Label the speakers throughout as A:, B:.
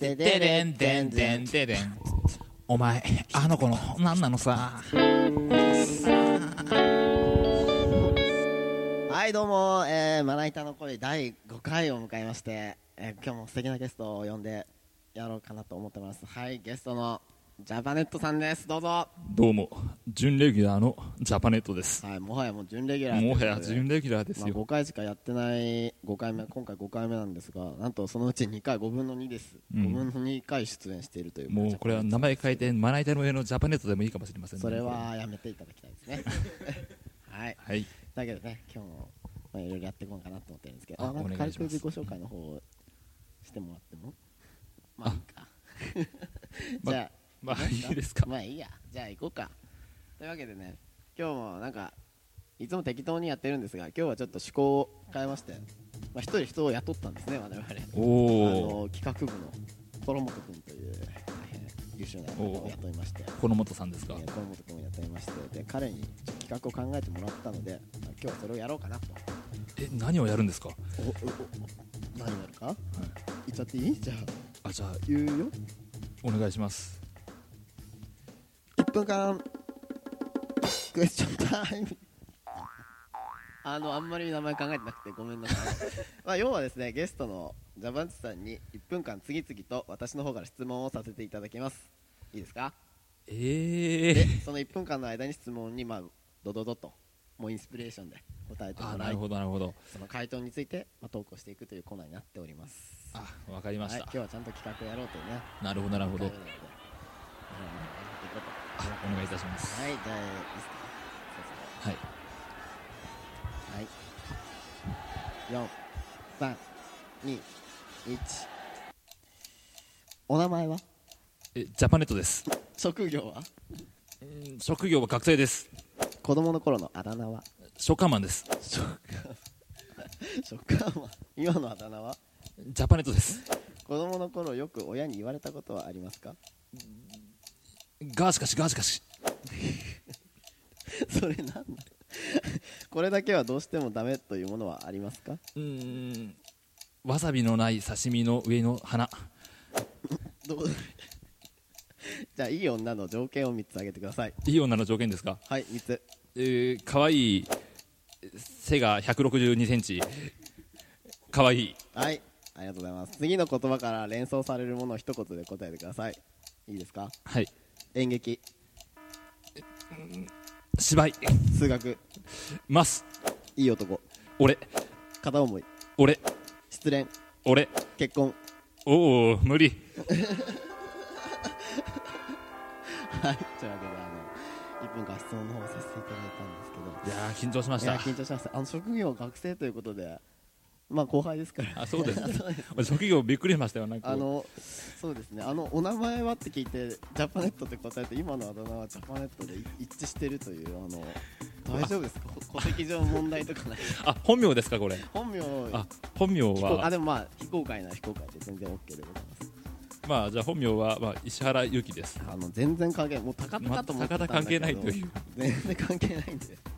A: ででれんでんでんでれんお前あの子の何なのさ
B: はいどうも、えー、まな板の恋第5回を迎えまして、えー今日も素敵なゲストを呼んでやろうかなと思ってますはいゲストのジャパネットさんですどうぞは
C: どうも準レギュラーのジャパネットです
B: いもはやもう準レギュラーという
C: も
B: こと
C: は
B: で
C: や準レギュラーです
B: まあ、
C: よ
B: 5回しかやってない5回目今回5回目なんですがなんとそのうち2回5分の2です、
C: うん
B: 5分の2回出演しているという
C: もうこれは名前変えてまな板の上のジャパネットでもいいかもしれませんね
B: それはやめていただきたいですね はい
C: はい
B: だけどね今日もまあいろいろやっていこうかなと思ってるんですけど
C: あ
B: あなん
C: お願
B: か軽
C: いし
B: く
C: ます
B: 自己紹介の方をしてもらってもまあいいかじゃ
C: まあ
B: いい
C: い
B: か
C: いです
B: あ
C: か
B: まあいいやじゃあ行こうかというわけでね今日もなんかいつも適当にやってるんですが今日はちょっと趣向を変えまして、まあ、一人人を雇ったんですね我々
C: お
B: あ
C: お
B: の企画部のトロモト君という大変優秀な方を雇いまして、
C: この本さんです
B: え
C: か
B: ートロモト君を雇いましてで彼に企画を考えてもらったので、まあ今日はそれをやろうかなと
C: え何をやるんですか
B: おおお何やるか、言っちゃっていいじゃあ
C: あじゃあ
B: 言うよ
C: お願いします
B: 1分間クエスチョンタイム あのあんまり名前考えてなくてごめんなさい まあ要はですねゲストのジャバンチさんに1分間次々と私の方から質問をさせていただきますいいですかで
C: ええ
B: その1分間の間に質問にまあドドドともうインスピレーションで答えて
C: あ
B: も
C: な
B: ら
C: る
B: い
C: ほどなるほど
B: その回答について、まあ、投稿していくというコーナーになっております
C: あわかりま
B: はい、
C: した
B: 今日はちゃんと企画やろうというね
C: なるほどなるほど
B: 考えので
C: あお願いいたします
B: はい、じゃあ、いいですか。
C: はい
B: はい。四、三、二、一。お名前は
C: えジャパネットです
B: 職業は
C: うん職業は学生です
B: 子供の頃のあだ名は
C: 書家マンです
B: 職業は今のあだ名は
C: ジャパネットです
B: 子供の頃よく親に言われたことはありますか
C: ガーしかしガーしかし
B: それなんだこれだけはどうしてもダメというものはありますか
C: うーんわさびのない刺身の上の花
B: どう じゃあいい女の条件を3つ挙げてください
C: いい女の条件ですか
B: はい3つ
C: えー、かわいい背が162センチかわいい
B: はい、ありがとうございます。次の言葉から連想されるものを一言で答えてください。いいですか
C: はい
B: 演劇、
C: 芝居
B: 数学、
C: ます
B: いい男、
C: 俺
B: 片思い、
C: 俺
B: 失恋、
C: 俺
B: 結婚。
C: おお無理
B: はい、というわけで、あの、1分間質問の方をさせていただいたんですけ
C: いやー緊張しまし
B: ど、いや、
C: た
B: 緊張しました。あの、職業学生ということで、まあ、後輩ですから。
C: あそうです
B: そうです
C: 俺職業びっくりしましたよなんか
B: あのそうですねあのお名前はって聞いてジャパネットって答えて今のあだ名はジャパネットで一致してるというあの大丈夫ですか戸籍上問題とか ない
C: あ本名ですかこれ
B: 本名
C: あ本名
B: 非公あ
C: は
B: でもまあ非公開なら非公開で全然 OK でございます
C: まあじゃあ本名は、まあ、石原由紀です
B: あの全然関係ないもう高々と思ってたんだけど
C: 全く関係ないという
B: 全然関係ないんで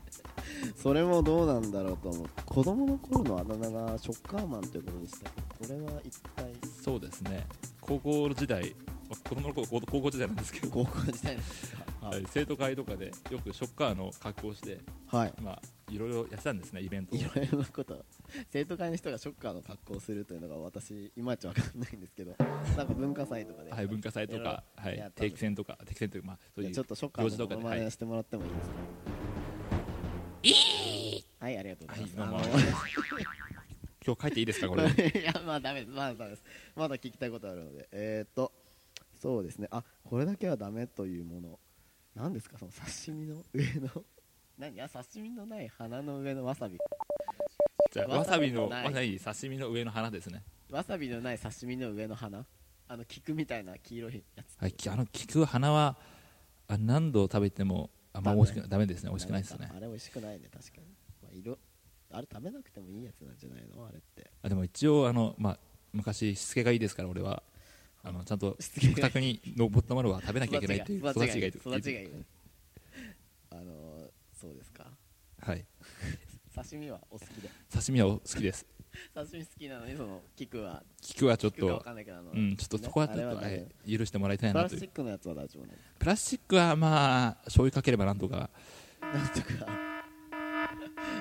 B: それもどうなんだろうと思う子供の頃のあだ名がショッカーマンということでしたけどこれは一体
C: そうですね高校時代まあ子供の頃高校時代なんですけど、
B: 高校時代 なんですか
C: はい生徒会とかでよくショッカーの格好をして
B: はい
C: まあいろいろやってたんですねイベントを
B: いろいろなこと生徒会の人がショッカーの格好をするというのが私いまいちわかんないんですけ どなんか文化祭とかで、
C: はい、文化祭とか、
B: い
C: は
B: ろいろや
C: い
B: っ、たん
C: 定
B: です
C: 期戦とか、定期戦というか、まあ、そう
B: じゃ
C: い
B: あ
C: う
B: ちょっとショッカー
C: 行事
B: の
C: とか
B: モ
C: で、
B: ノマ
C: は
B: ネ
C: い
B: を、してもらってもいいですか、はいありがとうございます、
C: はいどうも
B: あの
C: 今日書いていいですか、これ。
B: いやまあダメですまだダメですまだ聞きたいことあるのでえー、っとそうですねあこれだけはダメというもの何ですかその刺身の上の 何あ刺身のない花の上のわさび
C: じゃあ、わさびの、
B: わさびのない
C: わさび、刺身の上の花ですね。
B: わさびのない刺身の上の花あの菊みたいな黄色いやつ
C: はい、きあの、聞く花は、あ何度食べても、あん
B: ダ
C: ま
B: メ
C: 美味しくない、ダメですね、美味しくないですね
B: あ。れ美味しくないね確かに、まあ、色あれ食べなくてもいいやつなんじゃないのあれって
C: あ、でも、一応、あの、まあ、昔、しつけがいいですから、俺は。あの、ちゃんと、
B: しつけがいい
C: 食卓に、のぼったまるは食べなきゃいけないっていう、
B: 育ちがいい
C: 育
B: 育ちが
C: い。
B: いいあのーそうですか
C: はい、
B: 刺身はお好きで
C: 刺身は好きです。
B: 刺身好きなのにその菊は
C: 聞くはちょっ
B: 菊かわ
C: と
B: かんないけどあの、
C: うんちょっとそこはちょっと、
B: あれはね
C: え許してもらいたい
B: プ
C: な
B: ラ
C: と
B: ス
C: い
B: チ
C: う
B: ックのやつは大丈夫なの
C: プラスチックはまあ醤油かければなんとか
B: なんとか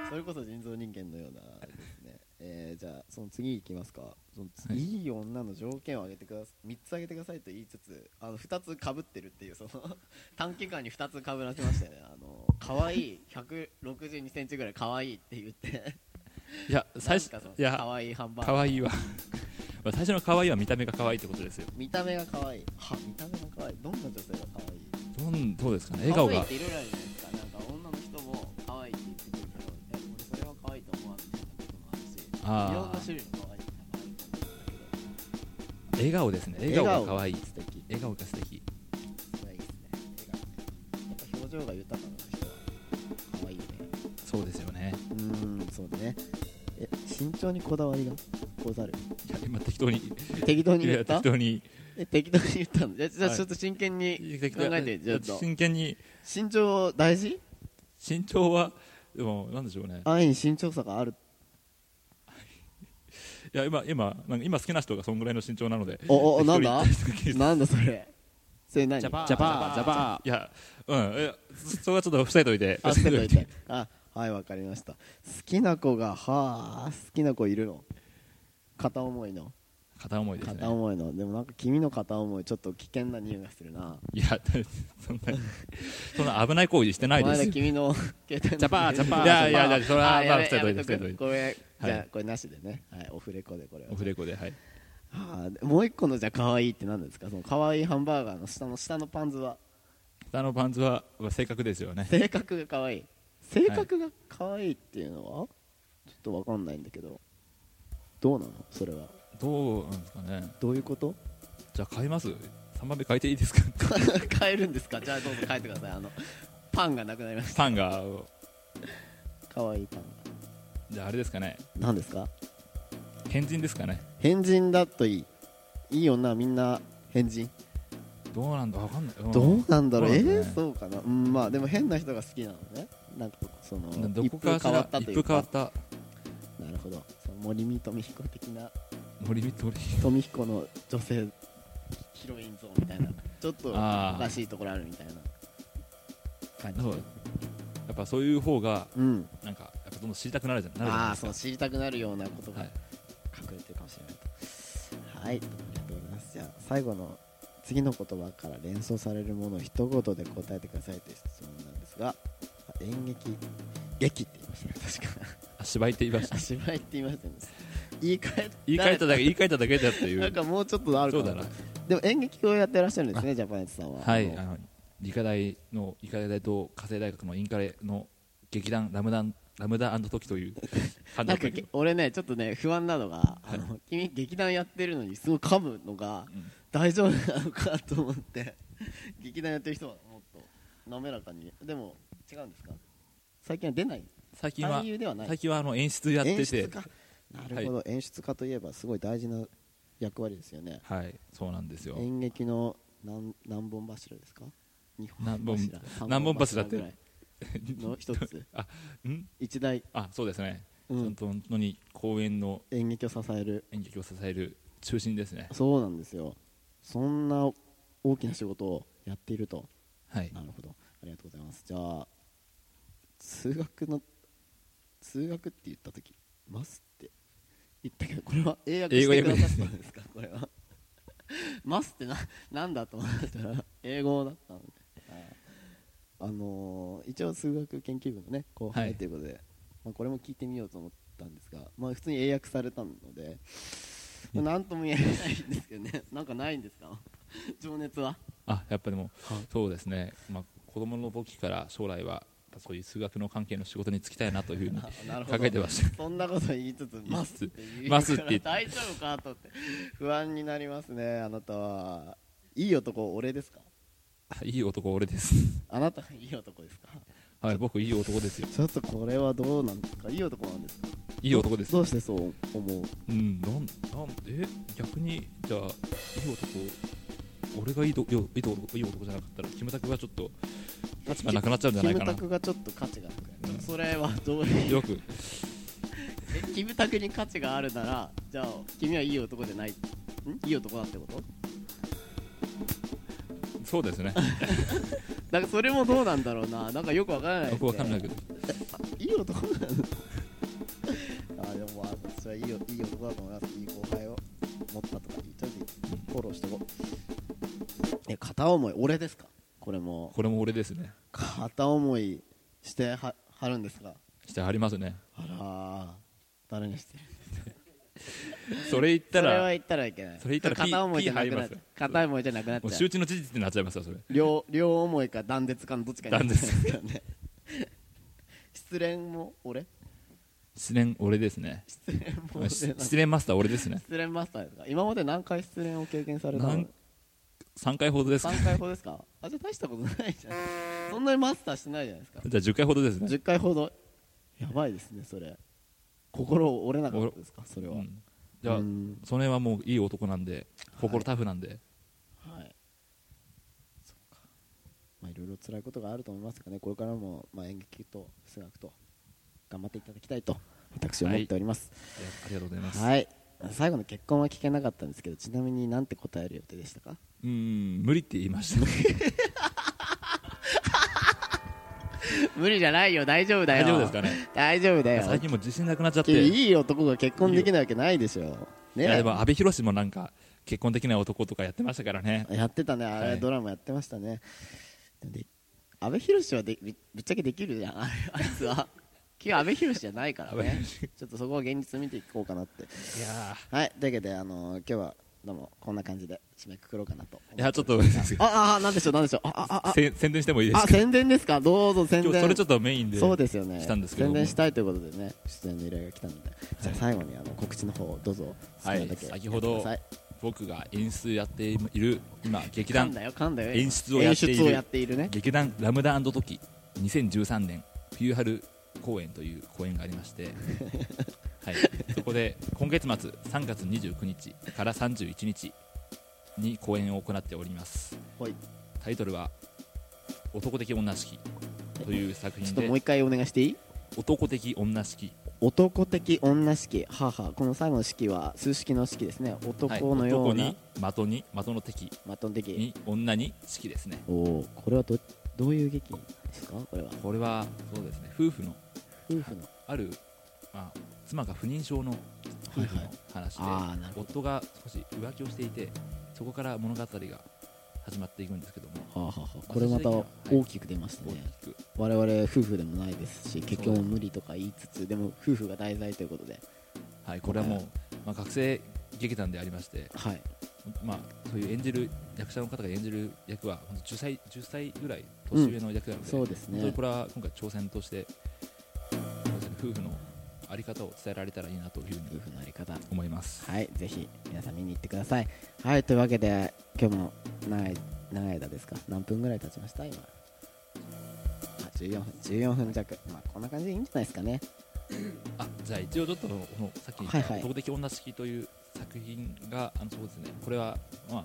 B: それこそ人造人間のようなあれですね、えー、じゃあその次いきますかその次、、
C: はい
B: い女の条件を挙げてください3つ挙げてくださいと言いつつあの2つかぶってるっていうその 短期間に2つかぶらせましたよねあの可愛い1 6 2センチぐらい可愛いって言って
C: いや
B: 最
C: 最
B: 初
C: 初
B: かその
C: いや
B: 可愛いハンバー
C: 可
B: ガー
C: 愛いわ まあ最初の可愛いは見た目が可愛いってことですよ
B: 見た目が可愛いは見た目が可愛いどんな女性が可愛い
C: どんどうですかね笑顔
B: 可愛い
C: が
B: っていろいろあるじゃないですかなんか女の人も可愛いって言ってくるけどえ俺それは可愛いと思わないみたいなこともあるし
C: あー
B: いろんな種類の可愛いって可愛いと思うんだ
C: 笑顔ですね
B: け
C: 笑
B: ど
C: 顔が可愛い
B: 素敵
C: 笑顔が素敵
B: それはいいですね笑顔ねやっぱ表情が豊かな人は可愛いよね
C: そうですよね
B: うーんそうだねえ身長にこだわりがござる
C: いや今適当に
B: 適当に
C: い
B: 言
C: や
B: った
C: 適当に
B: え適当に言ったのじゃあじゃあ
C: はい
B: ちょっと真剣に考えてちょっと
C: 真剣に
B: 身長大事
C: 身長はでもなんでしょうね
B: 安易に身長差がある
C: いや今今なんか今好きな人がそんぐらいの身長なので
B: おお
C: 適当
B: なん
C: に
B: だなんだそれそれ何
A: ジャパー
C: ジャパー
A: ジャパ
C: いやうんいやそそこはちょっと伏せといて
B: あ、捨てといて。あ、はい、わかりました。好きな子が、はあ、好きな子いるの。片思いの。
C: 片思いですね
B: 片思いの。でもなんか君の片思い、ちょっと危険な匂いがするな。
C: いや そんなそんな危ない行為してない
B: この
C: で
B: 間
C: すよ
B: 君の携帯の。
A: ジャパージャパー
C: いやいやい
B: ジャパー
C: やそれは
B: あ
C: ま
B: や
C: あ
B: べ
C: 伏せといて
B: や
C: 伏せと
B: べ
C: いて
B: これ、
C: はい
B: じゃあこれなしでね。はい、オフレコでこれは。
C: オフレコではい
B: はあでもう一個のじゃあ可愛いって何ですかその可愛いハンバーガーの下の下のパンツは。
C: 下のパンツはまあ性格ですよね
B: 性格が可愛い。性格が可愛いっていうのは、ちょっとわかんないんだけど。どうなのそれは。
C: どうなんですかね
B: どういう こと
C: じゃあ買います3番目変えていいですか
B: 買えるんですかじゃあどうぞ変えてくださいあのパンがなくなりまし
C: パンが
B: たかわいいパン
C: じゃああれですかね
B: が何ですか
C: 変人ですかね
B: 変人だといいいい女はみんな変人、
C: どうなんだわかんないん
B: どうなんだろう、
C: そう
B: え
C: だね
B: ー、そうかなうんまあでも変な人が好きなのねなんかその
C: などこか
B: 一風
C: し
B: 変わ
C: ら
B: ったとい
C: 一風
B: う
C: 変わ
B: か
C: った
B: なるほどその森見富彦的な
C: 森見とり
B: 富彦の女性ヒロイン像みたいなちょっとお
C: あー
B: かしいところあるみたいな感じ
C: そうやっぱそういう方が
B: うん
C: なんかやっぱどんどん知りたくなるじゃんなるじゃな
B: あ
C: い
B: あ
C: で
B: ー
C: す
B: そう知りたくなるようなこと
C: か
B: が
C: はい
B: 隠れてるかもしれないとはいありがとうございますじゃあ最後の次の言葉から連想されるものを一言で答えてくださいという質問なんですがあ演劇劇って言いましたね確か
C: あ芝居って言い ました
B: あ芝居って言いましたね言い換え
C: 言い換えただけ
B: け
C: 言い換えただけだってい
B: なん
C: う
B: かもうちょっとあるか
C: そう
B: な
C: だな
B: でも演劇をやってらっしゃるんですねジャパネットさんは
C: はい
B: あ
C: あ
B: の
C: の理科大の理科大と火星大学のインカレの劇団ラムダンラムダトキと いう感
B: な
C: じ
B: んかげ俺ねちょっとね不安なのがあの君劇団やってるのにすごい噛むのが
C: ん
B: 大丈夫なのかと思って 劇団やってる人はもっと滑らかにでも違うんですか最近は出ない
C: 最近は
B: 俳優ではない
C: 最近はあの演出やって
B: 演出
C: て
B: 家なるほど、演出家といえばすごい大事な役割ですよね
C: はいそうなんですよ
B: 演劇の何何本柱ですか二
C: 何本
B: 柱三
C: 何本柱って
B: ぐらいの一 つ
C: あん
B: 一大
C: あそうですね
B: う
C: ち
B: ん
C: ゃんと本当に公演の
B: 演劇を支える
C: 演劇を支える中心ですね
B: そうなんですよそんな大きな仕事をやっていると
C: はい
B: なるほどありがとうございますじゃあ数学の数学って言った時「ます」って言ったけどこれは英訳してくださったんですかこれは 「ます」ってななんだと思ったら英語だったのであのー一応数学研究部のね後
C: は
B: 輩
C: い
B: ということで、まあ、これも聞いてみようと思ったんですが、まあ、普通に英訳されたので
C: うん
B: 何とも言えないんですけどねなんかないんですか情熱は
C: あやっぱでも
B: はい
C: そうですね、まあ、子供の時から将来はやっぱそういう数学の関係の仕事に就きたいなと いうふうに考
B: なるほど
C: えてました
B: そんなこと言いつつ「
C: 言
B: ま
C: いつ
B: す」っ
C: つ
B: て言う
C: ますって言って
B: 大丈夫かとって不安になりますねあなたはいい男俺ですか
C: あいい男 俺です、
B: あなたはいい男ですか
C: はい、僕いい男ですよ
B: ちょっとこれはどうなんですかいい男なんですか
C: いい男です
B: どうしてそう思う
C: うんなんなんえ逆にじゃあいい男俺がいいどいいいい男いい男じゃなかったらキムタクがちょっと価値がなくなっちゃうんじゃないか
B: キムタ
C: な
B: クがちょっと価値がなくなる
C: うん
B: それはどういう
C: よく
B: えキムタクに価値があるならじゃあ君はいい男じゃないんいい男だってこと
C: そうです ね
B: なんかそれもどうなんだろうななんかよくわからない
C: よくわかんないけど
B: いい男なのあーでもまあそれはいいよいい男だと思いますいい後輩を持ったとかとりあえずフォローしてこうえ片思い俺ですかこれも
C: これも俺ですね
B: 片思いしてははるんですか
C: してありますね
B: あらー誰にしてる
C: それ言った
B: それは
C: ら
B: 言ったらいけない
C: それ言ったらピー
B: 片思いじゃなくなっ
C: ピー入ります
B: ちゃ
C: よ
B: う片思いじゃなくなっ
C: もう
B: ちゃ
C: 周
B: う
C: 知の事実になっちゃいますよそれ
B: 両両思いか断絶かのどっちかになっちゃいますから ね失恋も俺
C: 失恋俺ですね
B: 失恋も俺なんだ
C: 失恋マスター俺ですね
B: 失恋マスターですか今まで何回失恋を経験されたの
C: 何3回ほどですか
B: 3回ほどですかあじゃあ大したことないじゃんそんなにマスターしてないじゃないですか
C: じゃあ10回ほどですね
B: 10回ほどやばいですねそれ心折れなかったですかそれは、
C: うんじゃあ
B: うん
C: その辺はもういい男なんで心タフなんで
B: はいそっかまあいろいろ辛いことがあると思いますがねこれからも、まあ、演劇と数学と頑張っていただきたいと私は思っております
C: いやありがとうございます
B: はい、最後の結婚は聞けなかったんですけどちなみになんて答える予定でしたか
C: うーん無理って言いました
B: 無理じゃないよ大丈夫だ
C: 大
B: よ
C: 丈夫ですかね
B: 大丈夫だよ
C: 最近もう自信なくなっちゃってい
B: いい男が結婚できないわけないでしょね
C: やでも阿部寛もなんか結婚できない男とかやってましたからね
B: やってたねあれ、
C: はい
B: ドラマやってましたねで阿部寛はでぶぶっちゃけできるじゃんあれあいつは 今日阿部寛じゃないから
C: 阿部
B: ねちょっとそこは現実見ていこうかなって
C: いや
B: はいというわけで、あのー今日はどうもこんな感じで締めくくろうかなと
C: ーいやちょっとせ
B: ああなんでしょうなんでしょうああああ
C: 宣伝してもいいです
B: あ
C: か
B: 宣伝ですかどうぞ宣
C: 今日
B: 伝
C: それちょっとメインで
B: そうですよね
C: 来たんですけど
B: 宣
C: も
B: 伝したいということでね出演の依頼が来たので、じゃあ最後にあの告知の方をどうぞ
C: はい
B: 好きなだけ
C: 先ほど
B: やってください
C: 僕が演出やっている今劇
B: 噛ん
C: 団
B: だよ噛んだよ
C: 演出をやっている
B: 演出をやっているね
C: 劇団ラムダトキ2013年冬春公演という公演がありまして はいそこで今月末3月29日から31日に公演を行っております
B: はい
C: タイトルは「男的女式」という作
B: ちょ
C: 品
B: っともう
C: で
B: 一回お願いしていい
C: 男的女式
B: 男的女式はあはあこの最後の式は数式の式ですね
C: はい
B: 男のような、
C: 男に的に的の敵
B: マトン的
C: に女に式ですね
B: おおこれはどどういう劇ですかこれは
C: これはそうですね夫婦の
B: 夫婦の
C: ある、まあ、妻が不妊症の夫婦の話で、
B: ああなるほ
C: 夫が少し浮気をしていてそこから物語が始まっていくんですけども
B: どはあはあはあこれまた大きく出ました
C: 大
B: ね、
C: きく
B: 我々夫婦でもないですし結
C: そう
B: 婚
C: だ
B: 無理とか言いつつでも夫婦が題材ということで
C: はい、これはもう、まあ、学生劇団でありまして、
B: はい
C: まあ、そういう演じる役者の方が演じる役は本当 10, 歳10歳ぐらい年上の役なので、
B: そうです
C: 本当に
B: ね
C: これは今回挑戦としてそうですね夫婦のあり方を伝えられたらいいなというふう
B: 夫
C: に
B: 婦のあり方
C: 思います。
B: はいぜひ皆さん見に行ってくださいはいというわけで今日も長い長い間ですか何分ぐらい経ちました今あ14分14分弱まあこんな感じでいいんじゃないですかね
C: あじゃあ一応ちょっとこのさっき言った
B: はい
C: 「
B: はい
C: 男的女式」という作品があのそうですねこれは、まあ、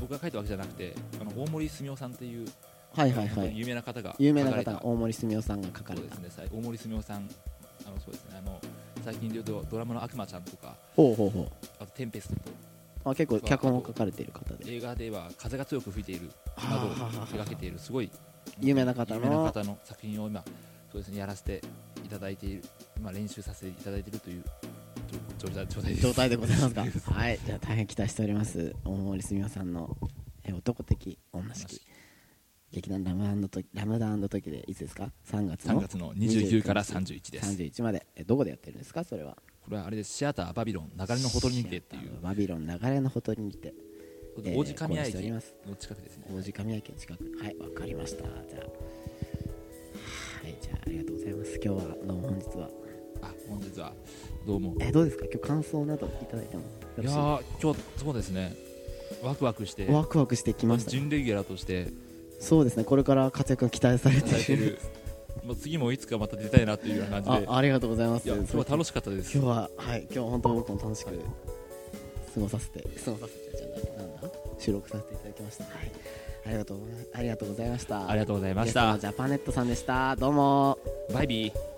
C: 僕が書いたわけじゃなくてあの大森澄夫さんっていう、
B: はいはいは
C: 本当に
B: い
C: 有名な方が
B: 有名な
C: 書かれ
B: 方
C: た
B: 大森澄夫さんが書かれ
C: そうで
B: た
C: すねさい大森澄夫さんあのそうですねあの最近でいうとドラマの「悪魔ちゃん」とか
B: ほうほうほ
C: あと「テンペスト」と
B: うあ結構脚本を書かれている方で
C: 映画では「風が強く吹いている」などを
B: はあはあ
C: 手がけているすごい
B: 有名な方の
C: 有名な方の作品を今そうですねやらせていただいている今練習させていただいているという状状態状態 です
B: 状態でございますかはいじゃあ大変期待しております大森澄夫さんのえー男的女式劇団ラムとラムダ時でいつですか3月
C: 3
B: の
C: 月の29から31です
B: 31までえどこでやってるんですかそれは
C: これはあれですシアターバビロン流れのほとりにてってい
B: シアター
C: う
B: バビロン流れのほとりにてえー
C: 王子神谷
B: 公演してお
C: 駅
B: り
C: の
B: ます
C: 近くですね
B: 王子神谷駅の近くはいわかりましたじゃあはいじゃあありがとうございます今日はどうも本日は
C: あ本日はどうも
B: えどうですか今日感想などいただいてもよ
C: いや
B: ろ
C: ー今日そうですねワクワクして
B: しいワクワクしてきましたね
C: 準レギュラーとして
B: そうですねこれから活躍が期待され
C: いただい
B: て
C: て
B: いる
C: るまあ次もいつかまた出たいなっていうような感じで
B: あありがとうございます
C: いや今日は楽
B: し
C: しかったです
B: 今日ははい今日は本当に僕も楽しく過ごさせて過ごさせてじゃないなんだ収録させていただきましたはいありがとうございありがとうございました
C: ありがとうございまし
B: ゲストの
C: た
B: ジャパネットさんでしたどうも
C: バイビー